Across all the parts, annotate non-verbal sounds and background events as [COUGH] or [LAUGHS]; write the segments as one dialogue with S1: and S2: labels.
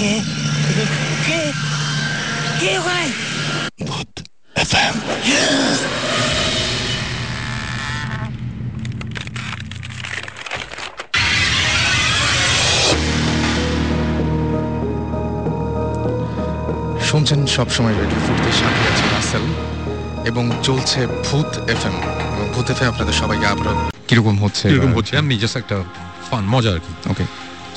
S1: কে কে কে ওখানে
S2: ভূত এফএম শুনছেন সবসময় রেডিও ফুটতে সাথে আছে রাসেল এবং চলছে ভূত এফএম এবং ভূত এফএম আপনাদের সবাইকে আবারও কিরকম হচ্ছে
S3: এরকম হচ্ছে আমি জাস্ট একটা ফান মজা আর কি
S2: ওকে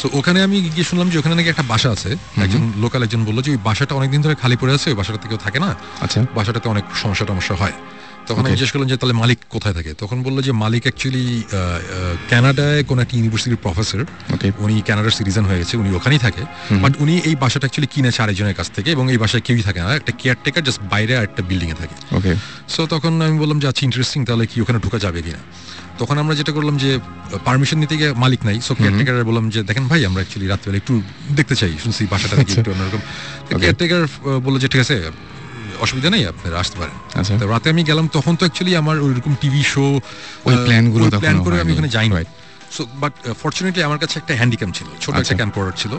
S3: সো ওখানে আমি গিয়ে শুনলাম যে ওখানে নাকি একটা বাসা আছে একজন লোকাল একজন বললো যে ওই বাসাটা অনেকদিন ধরে খালি পড়ে আছে ওই বাসাটাতে কেউ থাকে না
S2: আচ্ছা
S3: বাসাটাতে অনেক সমস্যা টমস্যা হয় তখন আমি
S2: Okay.
S3: জিজ্ঞেস করলাম যে তাহলে মালিক কোথায় থাকে তখন বললো যে মালিক অ্যাকচুয়ালি কানাডায় কোনো একটা ইউনিভার্সিটির প্রফেসর
S2: Okay.
S3: উনি কানাডার সিটিজেন হয়ে গেছে উনি ওখানেই থাকে বাট উনি এই বাসাটা অ্যাকচুয়ালি কিনেছে আরেকজনের কাছ থেকে এবং এই বাসায় কেউই থাকে না একটা কেয়ারটেকার জাস্ট বাইরে আর একটা বিল্ডিং এ থাকে
S2: ওকে
S3: সো তখন আমি বললাম যে আচ্ছা ইন্টারেস্টিং তাহলে কি ওখানে ঢোকা যাবে কিনা তখন আমরা যেটা করলাম যে পারমিশন নিতে গিয়ে মালিক নাই সো কেয়ারটেকার বললাম যে দেখেন ভাই আমরা অ্যাকচুয়ালি রাত্রেবেলা একটু দেখতে চাই শুনছি বাসাটা নাকি
S2: আচ্ছা।
S3: একটু অন্যরকম কেয়ারটেকার বললো যে ঠিক আছে অসুবিধা নেই আপনারা আসতে পারেন
S2: আচ্ছা।
S3: তো রাতে আমি গেলাম তখন তো অ্যাকচুয়ালি আমার ওইরকম টিভি শো
S2: ওই plan গুলো তখনও
S3: প্ল্যান করে আমি
S2: হয়নি।
S3: ওখানে যাইনি
S2: Right.
S3: সো বাট ফর্চুনেটলি আমার কাছে একটা হ্যান্ডিক্যাম ছিল ছোট
S2: আচ্ছা।
S3: একটা ক্যাম্পোর্ডার ছিল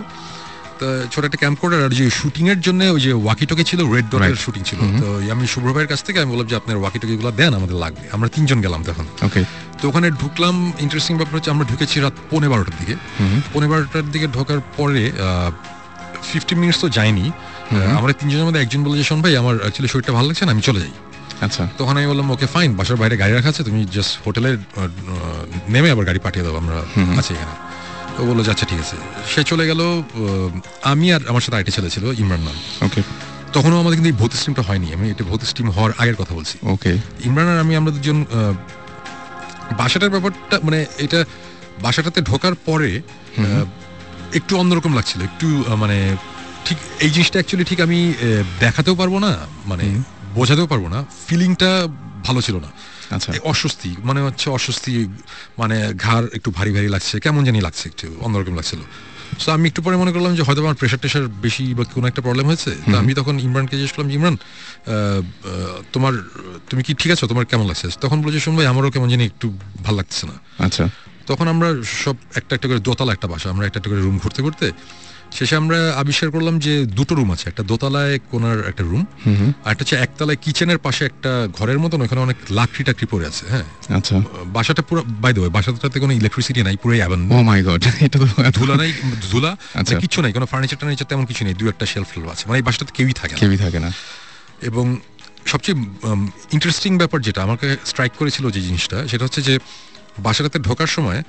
S3: তো ছোট একটা ক্যাম্পোর্ডার আর যে শুটিং এর জন্য ওই যে ওয়াকিটকে ছিল রেড ডটের
S2: Right.
S3: শুটিং ছিল তো আমি শুভ্র ভাইয়ের কাছ থেকে আমি বললাম যে আপনার ওয়াকি টকিগুলো দেন আমাদের লাগবে আমরা তিনজন গেলাম তখন
S2: ওকে
S3: তো ওখানে ঢুকলাম ইন্টারেস্টিং ব্যাপার হচ্ছে আমরা ঢুকেছি রাত পৌনে বারোটার দিকে পৌনে বারোটার দিকে ঢোকার পরে ফিফটি মিনিটস তো যায়নি আহ, আমরা তিনজনের মধ্যে একজন বলে যে শোন ভাই আমার অ্যাকচুয়ালি শরীরটা ভালো লাগছে না আমি চলে যাই
S2: আচ্ছা
S3: তখন আমি বললাম ওকে ফাইন বাসার বাইরে গাড়ি রাখা আছে তুমি জাস্ট হোটেলে আহ, আহ, নেমে আবার গাড়ি পাঠিয়ে দাও আমরা আছি এখানে তো বললো যে আচ্ছা ঠিক আছে সে চলে গেল আমি আর আমার সাথে আইটি ছেলে ছিল ইমরান নাম
S2: ওকে
S3: তখনও আমাদের কিন্তু এই ভৌতিক স্টিমটা হয়নি আমি এটা ভৌতিক স্টিম হওয়ার আগের কথা বলছি
S2: ওকে
S3: ইমরান আর আমি আমরা দুজন আহ, বাসাটার ব্যাপারটা মানে এটা বাসাটাতে ঢোকার পরে আহ, একটু অন্যরকম লাগছিল একটু আহ, মানে ঠিক এই জিনিসটা অ্যাকচুয়ালি ঠিক আমি আহ, দেখাতেও পারবো না মানে বোঝাতেও পারবো না ফিলিংটা ভালো ছিল না
S2: আচ্ছা
S3: এই অস্বস্তি মানে হচ্ছে অস্বস্তি মানে ঘাড় একটু ভারী ভারী লাগছে কেমন জানি লাগছে একটু অন্যরকম লাগছিল সো আমি একটু পরে মনে করলাম যে হয়তো আমার প্রেশার টেশার বেশি বা কোনো একটা প্রবলেম হয়েছে তো আমি তখন ইমরানকে জিজ্ঞেস করলাম যে, ইমরান আহ, আহ, তোমার তুমি কি ঠিক আছো তোমার কেমন লাগছে তখন বলে যে শুন ভাই আমারও কেমন জানি একটু ভালো লাগছে না
S2: আচ্ছা
S3: তখন আমরা সব একটা একটা করে দোতলা একটা বাসা আমরা একটা একটা করে রুম ঘুরতে ঘুরতে শেষে আমরা আবিষ্কার করলাম যে দুটো রুম আছে একটা দোতলায় কোনার একটা রুম আর একটা হচ্ছে একতলায় কিচেনের পাশে একটা ঘরের মতন ওখানে অনেক লাকড়ি টাকড়ি পড়ে আছে হ্যাঁ
S2: আচ্ছা
S3: বাসাটা পুরো বাই দেবে বাসাটাতে কোনো ইলেকট্রিসিটি নাই পুরো অ্যাবান
S2: ও মাই গড Oh [LAUGHS] এটা তো
S3: ধুলা নাই ধুলা
S2: আচ্ছা।
S3: কিছু নাই কোনো ফার্নিচার টার্নিচার তেমন কিছু নেই দু একটা শেলফ আছে মানে এই বাসাটাতে কেউই থাকে না
S2: কেউই থাকে না
S3: এবং সবচেয়ে ইন্টারেস্টিং ব্যাপার যেটা আমাকে স্ট্রাইক করেছিল যে জিনিসটা সেটা হচ্ছে যে বাসাটাতে ঢোকার সময়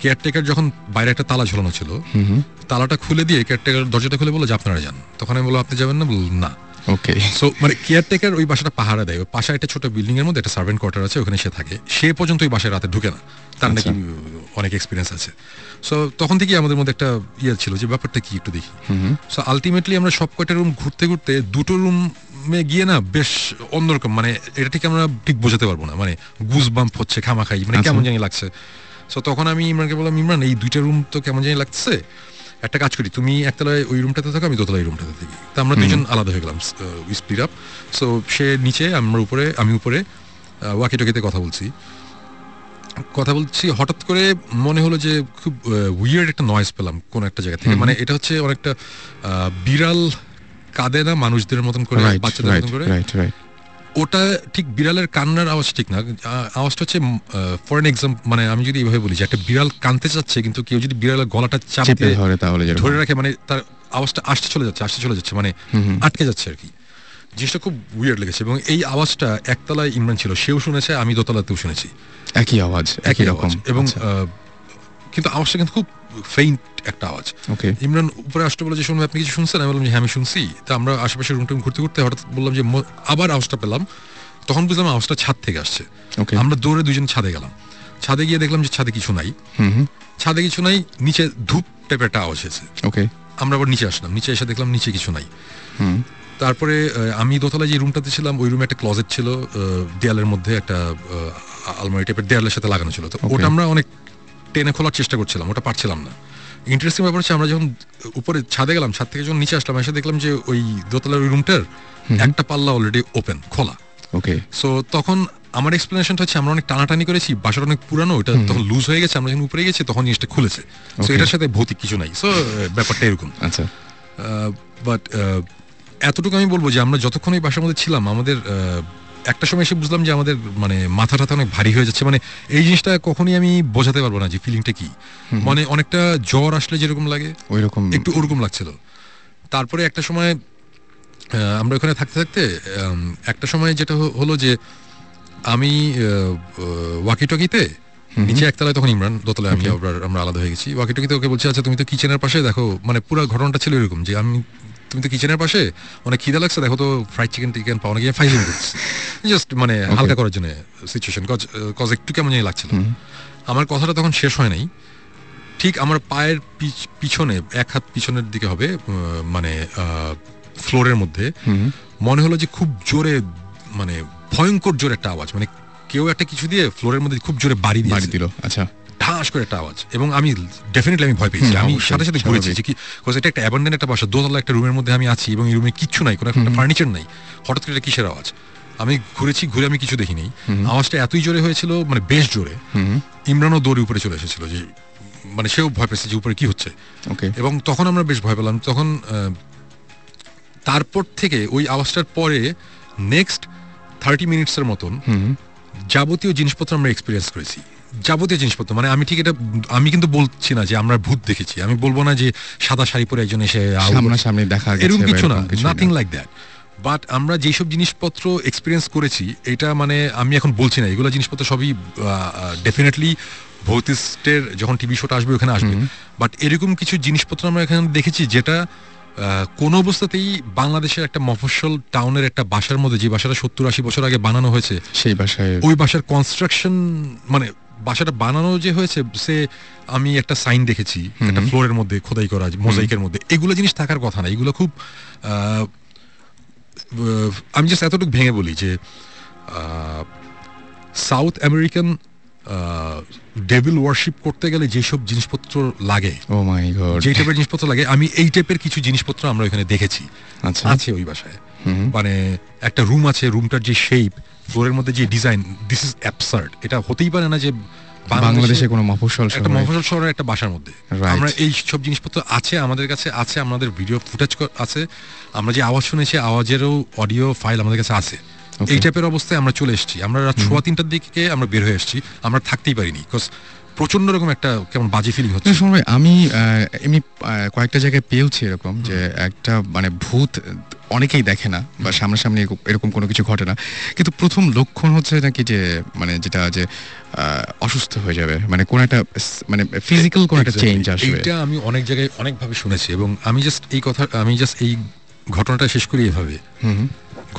S3: কেয়ারটেকার যখন বাইরে একটা তালা ঝোলানো ছিল তালাটা খুলে দিয়ে কেয়ারটেকার দরজাটা খুলে বলো যে আপনারা যান তখন আমি বললাম আপনি যাবেন না বলল না
S2: ওকে
S3: [LAUGHS] সো মানে কেয়ারটেকার ওই বাসাটা পাহারা দেয় ওই পাশে একটা ছোট বিল্ডিং এর মধ্যে একটা সার্ভেন্ট কোয়ার্টার আছে ওখানে সে থাকে সে পর্যন্ত ওই বাসায় রাতে ঢুকে না তার নাকি অনেক এক্সপিরিয়েন্স আছে সো তখন থেকেই আমাদের মধ্যে একটা ইয়ে ছিল যে ব্যাপারটা কি একটু দেখি সো আলটিমেটলি আমরা সব কয়টা রুম ঘুরতে ঘুরতে দুটো রুমে গিয়ে না বেশ অন্যরকম মানে এটা ঠিক আমরা ঠিক বোঝাতে পারবো না মানে গুজ বাম্প হচ্ছে খামাখাই মানে
S2: আচ্ছা।
S3: কেমন জানি লাগছে সো তখন আমি ইমরানকে বললাম ইমরান এই দুইটা রুম তো কেমন জানি লাগছে একটা কাজ করি তুমি একতলায় ওই রুমটাতে থাকো আমি দোতলায় রুমটাতে থাকি তো আমরা দুজন আলাদা হয়ে গেলাম স্পিড আপ সো সে নিচে আমরা উপরে আমি উপরে ওয়াকি টকিতে কথা বলছি কথা বলছি হঠাৎ করে মনে হলো যে খুব উইয়ার্ড একটা নয়েজ পেলাম কোন একটা জায়গা থেকে মানে এটা হচ্ছে অনেকটা আহ, বিড়াল কাঁদে না মানুষদের মতন করে
S2: রাইট
S3: বাচ্চাদের
S2: রাইট
S3: মতন করে
S2: রাইট রাইট
S3: ওটা ঠিক বিড়ালের কান্নার আওয়াজ ঠিক না আ- আওয়াজটা হচ্ছে ফর এন এক্সাম মানে আমি যদি এইভাবে বলি যে একটা বিড়াল কানতে চাচ্ছে কিন্তু কেউ যদি বিড়ালের গলাটা
S2: চেপে
S3: চাপে
S2: ধরে তাহলে যেরকম।
S3: ধরে রাখে মানে তার আওয়াজটা আসতে চলে যাচ্ছে আসতে চলে যাচ্ছে মানে আটকে যাচ্ছে আর কি জিনিসটা খুব উইয়ার্ড লেগেছে এবং এই আওয়াজটা একতলায় ইমরান ছিল সেও শুনেছে আমি দোতলাতেও শুনেছি
S2: একই আওয়াজ একই রকম আচ্ছা।
S3: আওয়াজ। এবং আহ, কিন্তু আওয়াজটা কিন্তু খুব ফেইন্ট একটা আওয়াজ
S2: ওকে
S3: ইমরান উপরে আসতে বলে যে শুনবে আপনি কিছু শুনছেন আমি বললাম যে হ্যাঁ আমি শুনছি তা আমরা আশেপাশে রুম টুম ঘুরতে ঘুরতে হঠাৎ বললাম যে ম- আবার আওয়াজটা পেলাম তখন বুঝলাম আওয়াজটা ছাদ থেকে আসছে
S2: ওকে
S3: আমরা দৌড়ে দুজন ছাদে গেলাম ছাদে গিয়ে দেখলাম যে ছাদে কিছু নাই ছাদে কিছু নাই নিচে ধূপ টাইপের একটা আওয়াজ হয়েছে
S2: ওকে
S3: আমরা আবার নিচে আসলাম নিচে এসে দেখলাম নিচে কিছু নাই তারপরে আহ, আমি দোতলায় যে রুমটাতে ছিলাম ওই রুমে একটা ক্লজেট ছিল আহ, দেয়ালের মধ্যে একটা আহ, আলমারি টাইপের দেয়ালের সাথে লাগানো ছিল তো ওটা আমরা অনেক টেনে খোলার চেষ্টা করছিলাম ওটা পারছিলাম না ইন্টারেস্টিং ব্যাপার হচ্ছে আমরা যখন উপরে ছাদে গেলাম ছাদ থেকে যখন নিচে আসলাম এসে দেখলাম যে ওই দোতলার ওই রুমটার একটা পাল্লা অলরেডি ওপেন খোলা
S2: ওকে
S3: সো তখন আমার এক্সপ্লেনেশনটা হচ্ছে আমরা অনেক টানাটানি করেছি বাসার অনেক পুরানো ওটা তখন লুজ হয়ে গেছে আমরা যখন উপরে গেছি তখন জিনিসটা খুলেছে সো
S2: Okay.
S3: এটার সাথে ভৌতিক কিছু নাই সো ব্যাপারটা এরকম
S2: আচ্ছা
S3: বাট এতটুকু আমি বলবো যে আমরা যতক্ষণ এই বাসার মধ্যে ছিলাম আমাদের আহ, একটা সময় এসে বুঝলাম যে আমাদের মানে মাথা টাথা অনেক ভারী হয়ে যাচ্ছে মানে এই জিনিসটা কখনই আমি বোঝাতে পারবো না যে ফিলিংটা কি মানে অনেকটা জ্বর আসলে যেরকম লাগে
S2: ওই রকম
S3: একটু ওরকম লাগছিল তারপরে একটা সময় আহ, আমরা ওখানে থাকতে থাকতে উম, একটা সময় যেটা হ- হলো যে আমি ওয়াকি টকিতে নিচে একতলায় তখন ইমরান দোতলায় আমি আবার আমরা আলাদা হয়ে গেছি ওয়াকি টকিতে ওকে বলছি আচ্ছা তুমি তো কিচেনের পাশে দেখো মানে পুরো ঘটনাটা ছিল এরকম যে আমি তুমি তো কিচেনের পাশে অনেক খিদা লাগছে দেখো তো ফ্রাইড চিকেন টিকেন পাওয়া গিয়ে ফাইজিং করছি জাস্ট মানে হালকা করার জন্য সিচুয়েশন কজ একটু কেমন জানি লাগছিল আমার কথাটা তখন শেষ হয় নাই ঠিক আমার পায়ের পিছ- পিছনে এক হাত পিছনের দিকে হবে উম, মানে ফ্লোরের মধ্যে মনে হলো যে খুব জোরে মানে ভয়ঙ্কর জোরে একটা আওয়াজ মানে কেউ একটা কিছু দিয়ে ফ্লোরের মধ্যে খুব জোরে বাড়ি
S2: বাড়ি
S3: দিয়েছে
S2: দিল আচ্ছা
S3: ঠাস করে একটা আওয়াজ এবং আমি ডেফিনেটলি আমি ভয় পেয়েছি
S2: হুম,
S3: আমি
S2: অবশ্যই,
S3: সাথে সাথে ঘুরেছি যে কি cause এটা একটা অ্যাবান্ডেন্ট একটা বাসা দোতলা একটা রুমের মধ্যে আমি আছি এবং এই রুমে কিচ্ছু নাই কোনো একটা ফার্নিচার নাই হঠাৎ করে এটা কিসের আওয়াজ আমি ঘুরেছি ঘুরে আমি কিছু দেখিনি আওয়াজটা এতই জোরে হয়েছিল মানে বেশ জোরে ইমরানও দৌড়ে উপরে চলে এসেছিল যে মানে সেও ভয় পেয়েছে যে উপরে কি হচ্ছে
S2: ওকে
S3: এবং তখন আমরা বেশ ভয় পেলাম তখন আহ, তারপর থেকে ওই আওয়াজটার পরে নেক্সট থার্টি মিনিটসের মতন যাবতীয় জিনিসপত্র আমরা এক্সপিরিয়েন্স করেছি যাবতীয় জিনিসপত্র মানে আমি ঠিক এটা আমি কিন্তু বলছি না যে আমরা ভূত দেখেছি আমি বলবো না যে সাদা শাড়ি পরে একজন এসে আউ করছে।
S2: সামনাসামনি দেখা গেছে
S3: এরকম
S2: বা
S3: কিছু না
S2: এরকম কিছুই
S3: নাথিং লাইক দ্যাট বাট আমরা যেসব জিনিসপত্র এক্সপিরিয়েন্স করেছি এটা মানে আমি এখন বলছি না এগুলো জিনিসপত্র সবই ডেফিনেটলি ভৌতিস্টের যখন টিভি শোটা আসবে ওখানে আসবে বাট এরকম কিছু জিনিসপত্র আমরা এখানে দেখেছি যেটা আহ, কোনো অবস্থাতেই বাংলাদেশের একটা মফস্বল টাউনের একটা বাসার মধ্যে যে বাসাটা সত্তর আশি বছর আগে বানানো হয়েছে
S2: সেই বাসায়
S3: ওই বাসার কনস্ট্রাকশন মানে বাসাটা বানানো যে হয়েছে সে আমি একটা সাইন দেখেছি একটা ফ্লোরের মধ্যে খোদাই করা মোজাইকের মধ্যে এগুলো জিনিস থাকার কথা না এগুলো খুব আহ, আহ, আমি জাস্ট এতটুকু ভেঙে বলি যে সাউথ আমেরিকান ডেভিল ওয়ার্শিপ করতে গেলে যেসব জিনিসপত্র লাগে
S2: ও মাই গড
S3: যে টাইপের জিনিসপত্র লাগে আমি এই টাইপের কিছু জিনিসপত্র আমরা ওখানে দেখেছি
S2: আচ্ছা
S3: আছে ওই বাসায় মানে একটা রুম আছে রুমটার যে শেপ ফ্লোরের মধ্যে যে ডিজাইন দিস ইজ অ্যাবসার্ড এটা হতেই পারে না যে
S2: বাংলাদেশে কোনো মফস্বল
S3: একটা
S2: শহরে
S3: মফস্বল শহরের একটা বাসার মধ্যে
S2: Right.
S3: আমরা এই সব জিনিসপত্র আছে আমাদের কাছে আছে আমাদের ভিডিও ফুটেজ আছে আমরা যে আওয়াজ শুনেছি আওয়াজেরও অডিও ফাইল আমাদের কাছে আছে
S2: Okay.
S3: এই টাইপের অবস্থায় আমরা চলে এসেছি আমরা রাত সোয়া তিনটার দিকে আমরা বের হয়ে এসেছি আমরা থাকতেই পারিনি বিকজ প্রচন্ড রকম একটা কেমন বাজে ফিলিং হচ্ছে
S2: না, আচ্ছা, শোনো ভাই, আমি আহ, এমনি আহ, কয়েকটা জায়গায় পেয়েছি এরকম যে একটা মানে ভূত অনেকেই দেখে না বা সামনাসামনি এরকম- এরকম কোনো কিছু ঘটে না কিন্তু প্রথম লক্ষণ হচ্ছে নাকি যে মানে যেটা যে আহ, অসুস্থ হয়ে যাবে মানে কোন একটা স- মানে ফিজিক্যাল কোন একটা
S3: Exactly.
S2: চেঞ্জ আসবে
S3: এইটা আমি অনেক জায়গায় অনেকভাবে শুনেছি এবং আমি জাস্ট এই কথা আমি জাস্ট এই ঘটনাটা শেষ করি এভাবে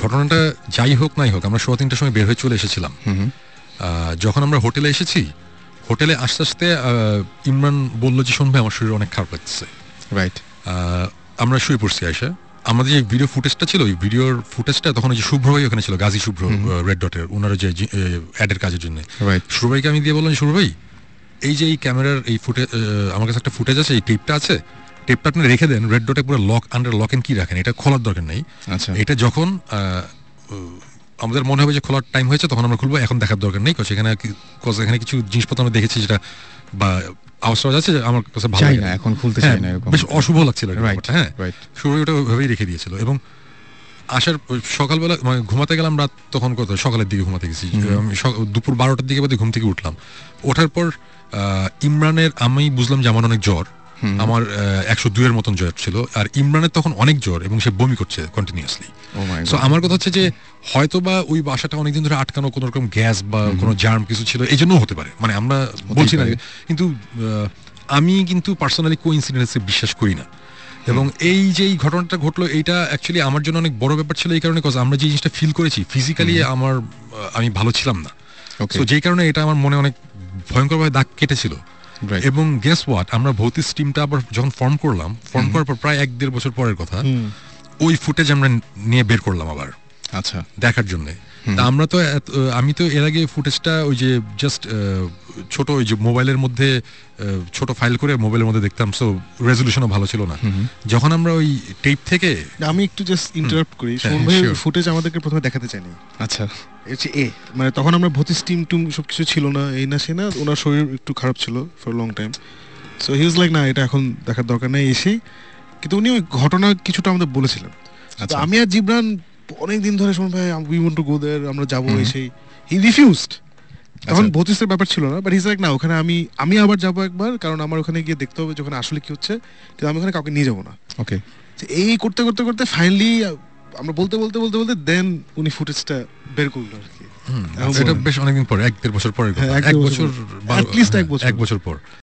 S3: ঘটনাটা যাই হোক নাই হোক আমরা সোয়া তিনটার সময় বের হয়ে চলে এসেছিলাম আহ, যখন আমরা হোটেলে এসেছি হোটেলে আস্তে আস্তে আহ, ইমরান বললো যে শোন ভাই আমার শরীর অনেক খারাপ লাগছে
S2: রাইট
S3: আহ, আমরা শুয়ে পড়ছি আয়সা আমাদের যে ভিডিও ফুটেজটা ছিল ওই ভিডিওর ফুটেজটা তখন ওই যে শুভ্র ভাই ওখানে ছিল গাজী শুভ্র রেড ডটের ওনার যে অ্যাডের কাজের জন্য
S2: Right.
S3: শুভ্র ভাইকে আমি দিয়ে বললাম শুভ্র ভাই এই যে এই ক্যামেরার এই ফুটেজ আমার কাছে একটা ফুটেজ আছে এই টেপটা আছে টেপটা আপনি রেখে দেন রেড ডটে পুরো লক আন্ডার লক এন্ড কি রাখেন এটা খোলার দরকার নেই
S2: আচ্ছা।
S3: এটা যখন আহ, আমাদের মনে হবে যে খোলার টাইম হয়েছে তখন আমরা খুলবো এখন দেখার দরকার নেই কারণ সেখানে কি- cause এখানে কিছু জিনিসপত্র আমরা দেখেছি যেটা বা আওয়াজ টাওয়াজ আছে আমার কাছে ভালো
S2: চাই
S3: লাগে
S2: না, এখন খুলতে
S3: হ্যাঁ,
S2: চাই না এরকম।
S3: বেশ অশুভ লাগছিল এটা
S2: Right,
S3: ব্যাপারটা, হ্যাঁ
S2: right.
S3: শুরু ওটা ওইভাবেই রেখে দিয়েছিল এবং আসার ওই সকালবেলা মানে ঘুমাতে গেলাম রাত তখন কত সকালের দিকে ঘুমাতে গেছি আমি সক- দুপুর বারোটার দিকে বোধহয় ঘুম থেকে উঠলাম ওঠার পর আহ, ইমরানের আমি বুঝলাম যে আমার অনেক জ্বর আমার একশো দুইয়ের মতন জ্বর ছিল আর ইমরানের তখন অনেক জ্বর এবং সে বমি করছে continuously
S2: Oh my God.
S3: So আমার কথা হচ্ছে যে হয়তো বা ওই বাসাটা অনেকদিন ধরে আটকানো কোনো রকম গ্যাস বা কোনো জার্ম কিছু ছিল এই জন্যও হতে পারে মানে আমরা বলছি না
S2: পারে।
S3: কিন্তু আহ, আমি কিন্তু পার্সোনালি কো ইনসিডেন্সে বিশ্বাস করি না এবং এই যে এই ঘটনাটা ঘটলো এইটা অ্যাকচুয়ালি আমার জন্য অনেক বড় ব্যাপার ছিল এই কারণে কজ আমরা যে জিনিসটা ফিল করেছি ফিজিক্যালি আমার আহ, আমি ভালো ছিলাম না
S2: Okay.
S3: তো যেই কারণে এটা আমার মনে অনেক ভয়ঙ্করভাবে দাগ কেটেছিল
S2: Right.
S3: এবং গেস ওয়াট আমরা ভৌতিক টিমটা আবার যখন ফর্ম করলাম ফর্ম করার পর প্রায় এক দেড় বছর পরের কথা ওই ফুটেজ আমরা নিয়ে বের করলাম আবার
S2: আচ্ছা
S3: দেখার জন্য তা আমরা তো এত- আমি তো এর আগে ফুটেজটা ওই যে জাস্ট ছোট ওই যে মোবাইলের মধ্যে আহ, ছোট ফাইল করে মোবাইলের মধ্যে দেখতাম সো রেজলিউশনও ভালো ছিল না যখন আমরা ওই টেপ থেকে
S4: আমি একটু জাস্ট ইন্টারাপ্ট করি
S3: হ্যাঁ,
S4: সুমন ভাই
S2: sure.
S4: ফুটেজ আমাদেরকে প্রথমে দেখাতে চাইনি
S2: আচ্ছা
S4: হচ্ছে এ মানে তখন আমরা ভূতের স্টিম টুম সব কিছু ছিল না এই না সে না ওনার শরীর একটু খারাপ ছিল for long time so he was like না এটা এখন দেখার দরকার নেই এসেই কিন্তু উনি ওই ঘটনা কিছুটা আমাদের বলেছিলেন তো
S2: আচ্ছা
S4: আমি আর জিবরান অনেক দিন ধরে শুনুন ভাই we want to go there আমরা যাবো
S2: হুম।
S4: এসেই হি রিফিউজড তখন
S2: আচ্ছা।
S4: ভৌতিস্টের ব্যাপার ছিল না বাট হিজ লাইক না ওখানে আমি আমি আবার যাবো একবার কারণ আমার ওখানে গিয়ে দেখতে হবে যখন আসলে কি হচ্ছে কিন্তু আমি ওখানে কাউকে নিয়ে যাবো না
S2: ওকে
S4: তো এই করতে করতে করতে ফাইনালি আমরা বলতে বলতে বলতে বলতে দেন উনি ফুটেজটা বের করলো আর কি
S3: হুম,
S4: এমন
S3: এটা
S4: মনে হয়।
S3: বেশ অনেকদিন পর এক দেড় বছর পরের কথা
S4: হ্যাঁ, এক
S3: এক
S4: দেড়
S3: বছর
S4: বছর পর।
S3: বারো-
S4: At least এক
S3: হ্যাঁ,
S4: বছর।
S3: এক বছর পর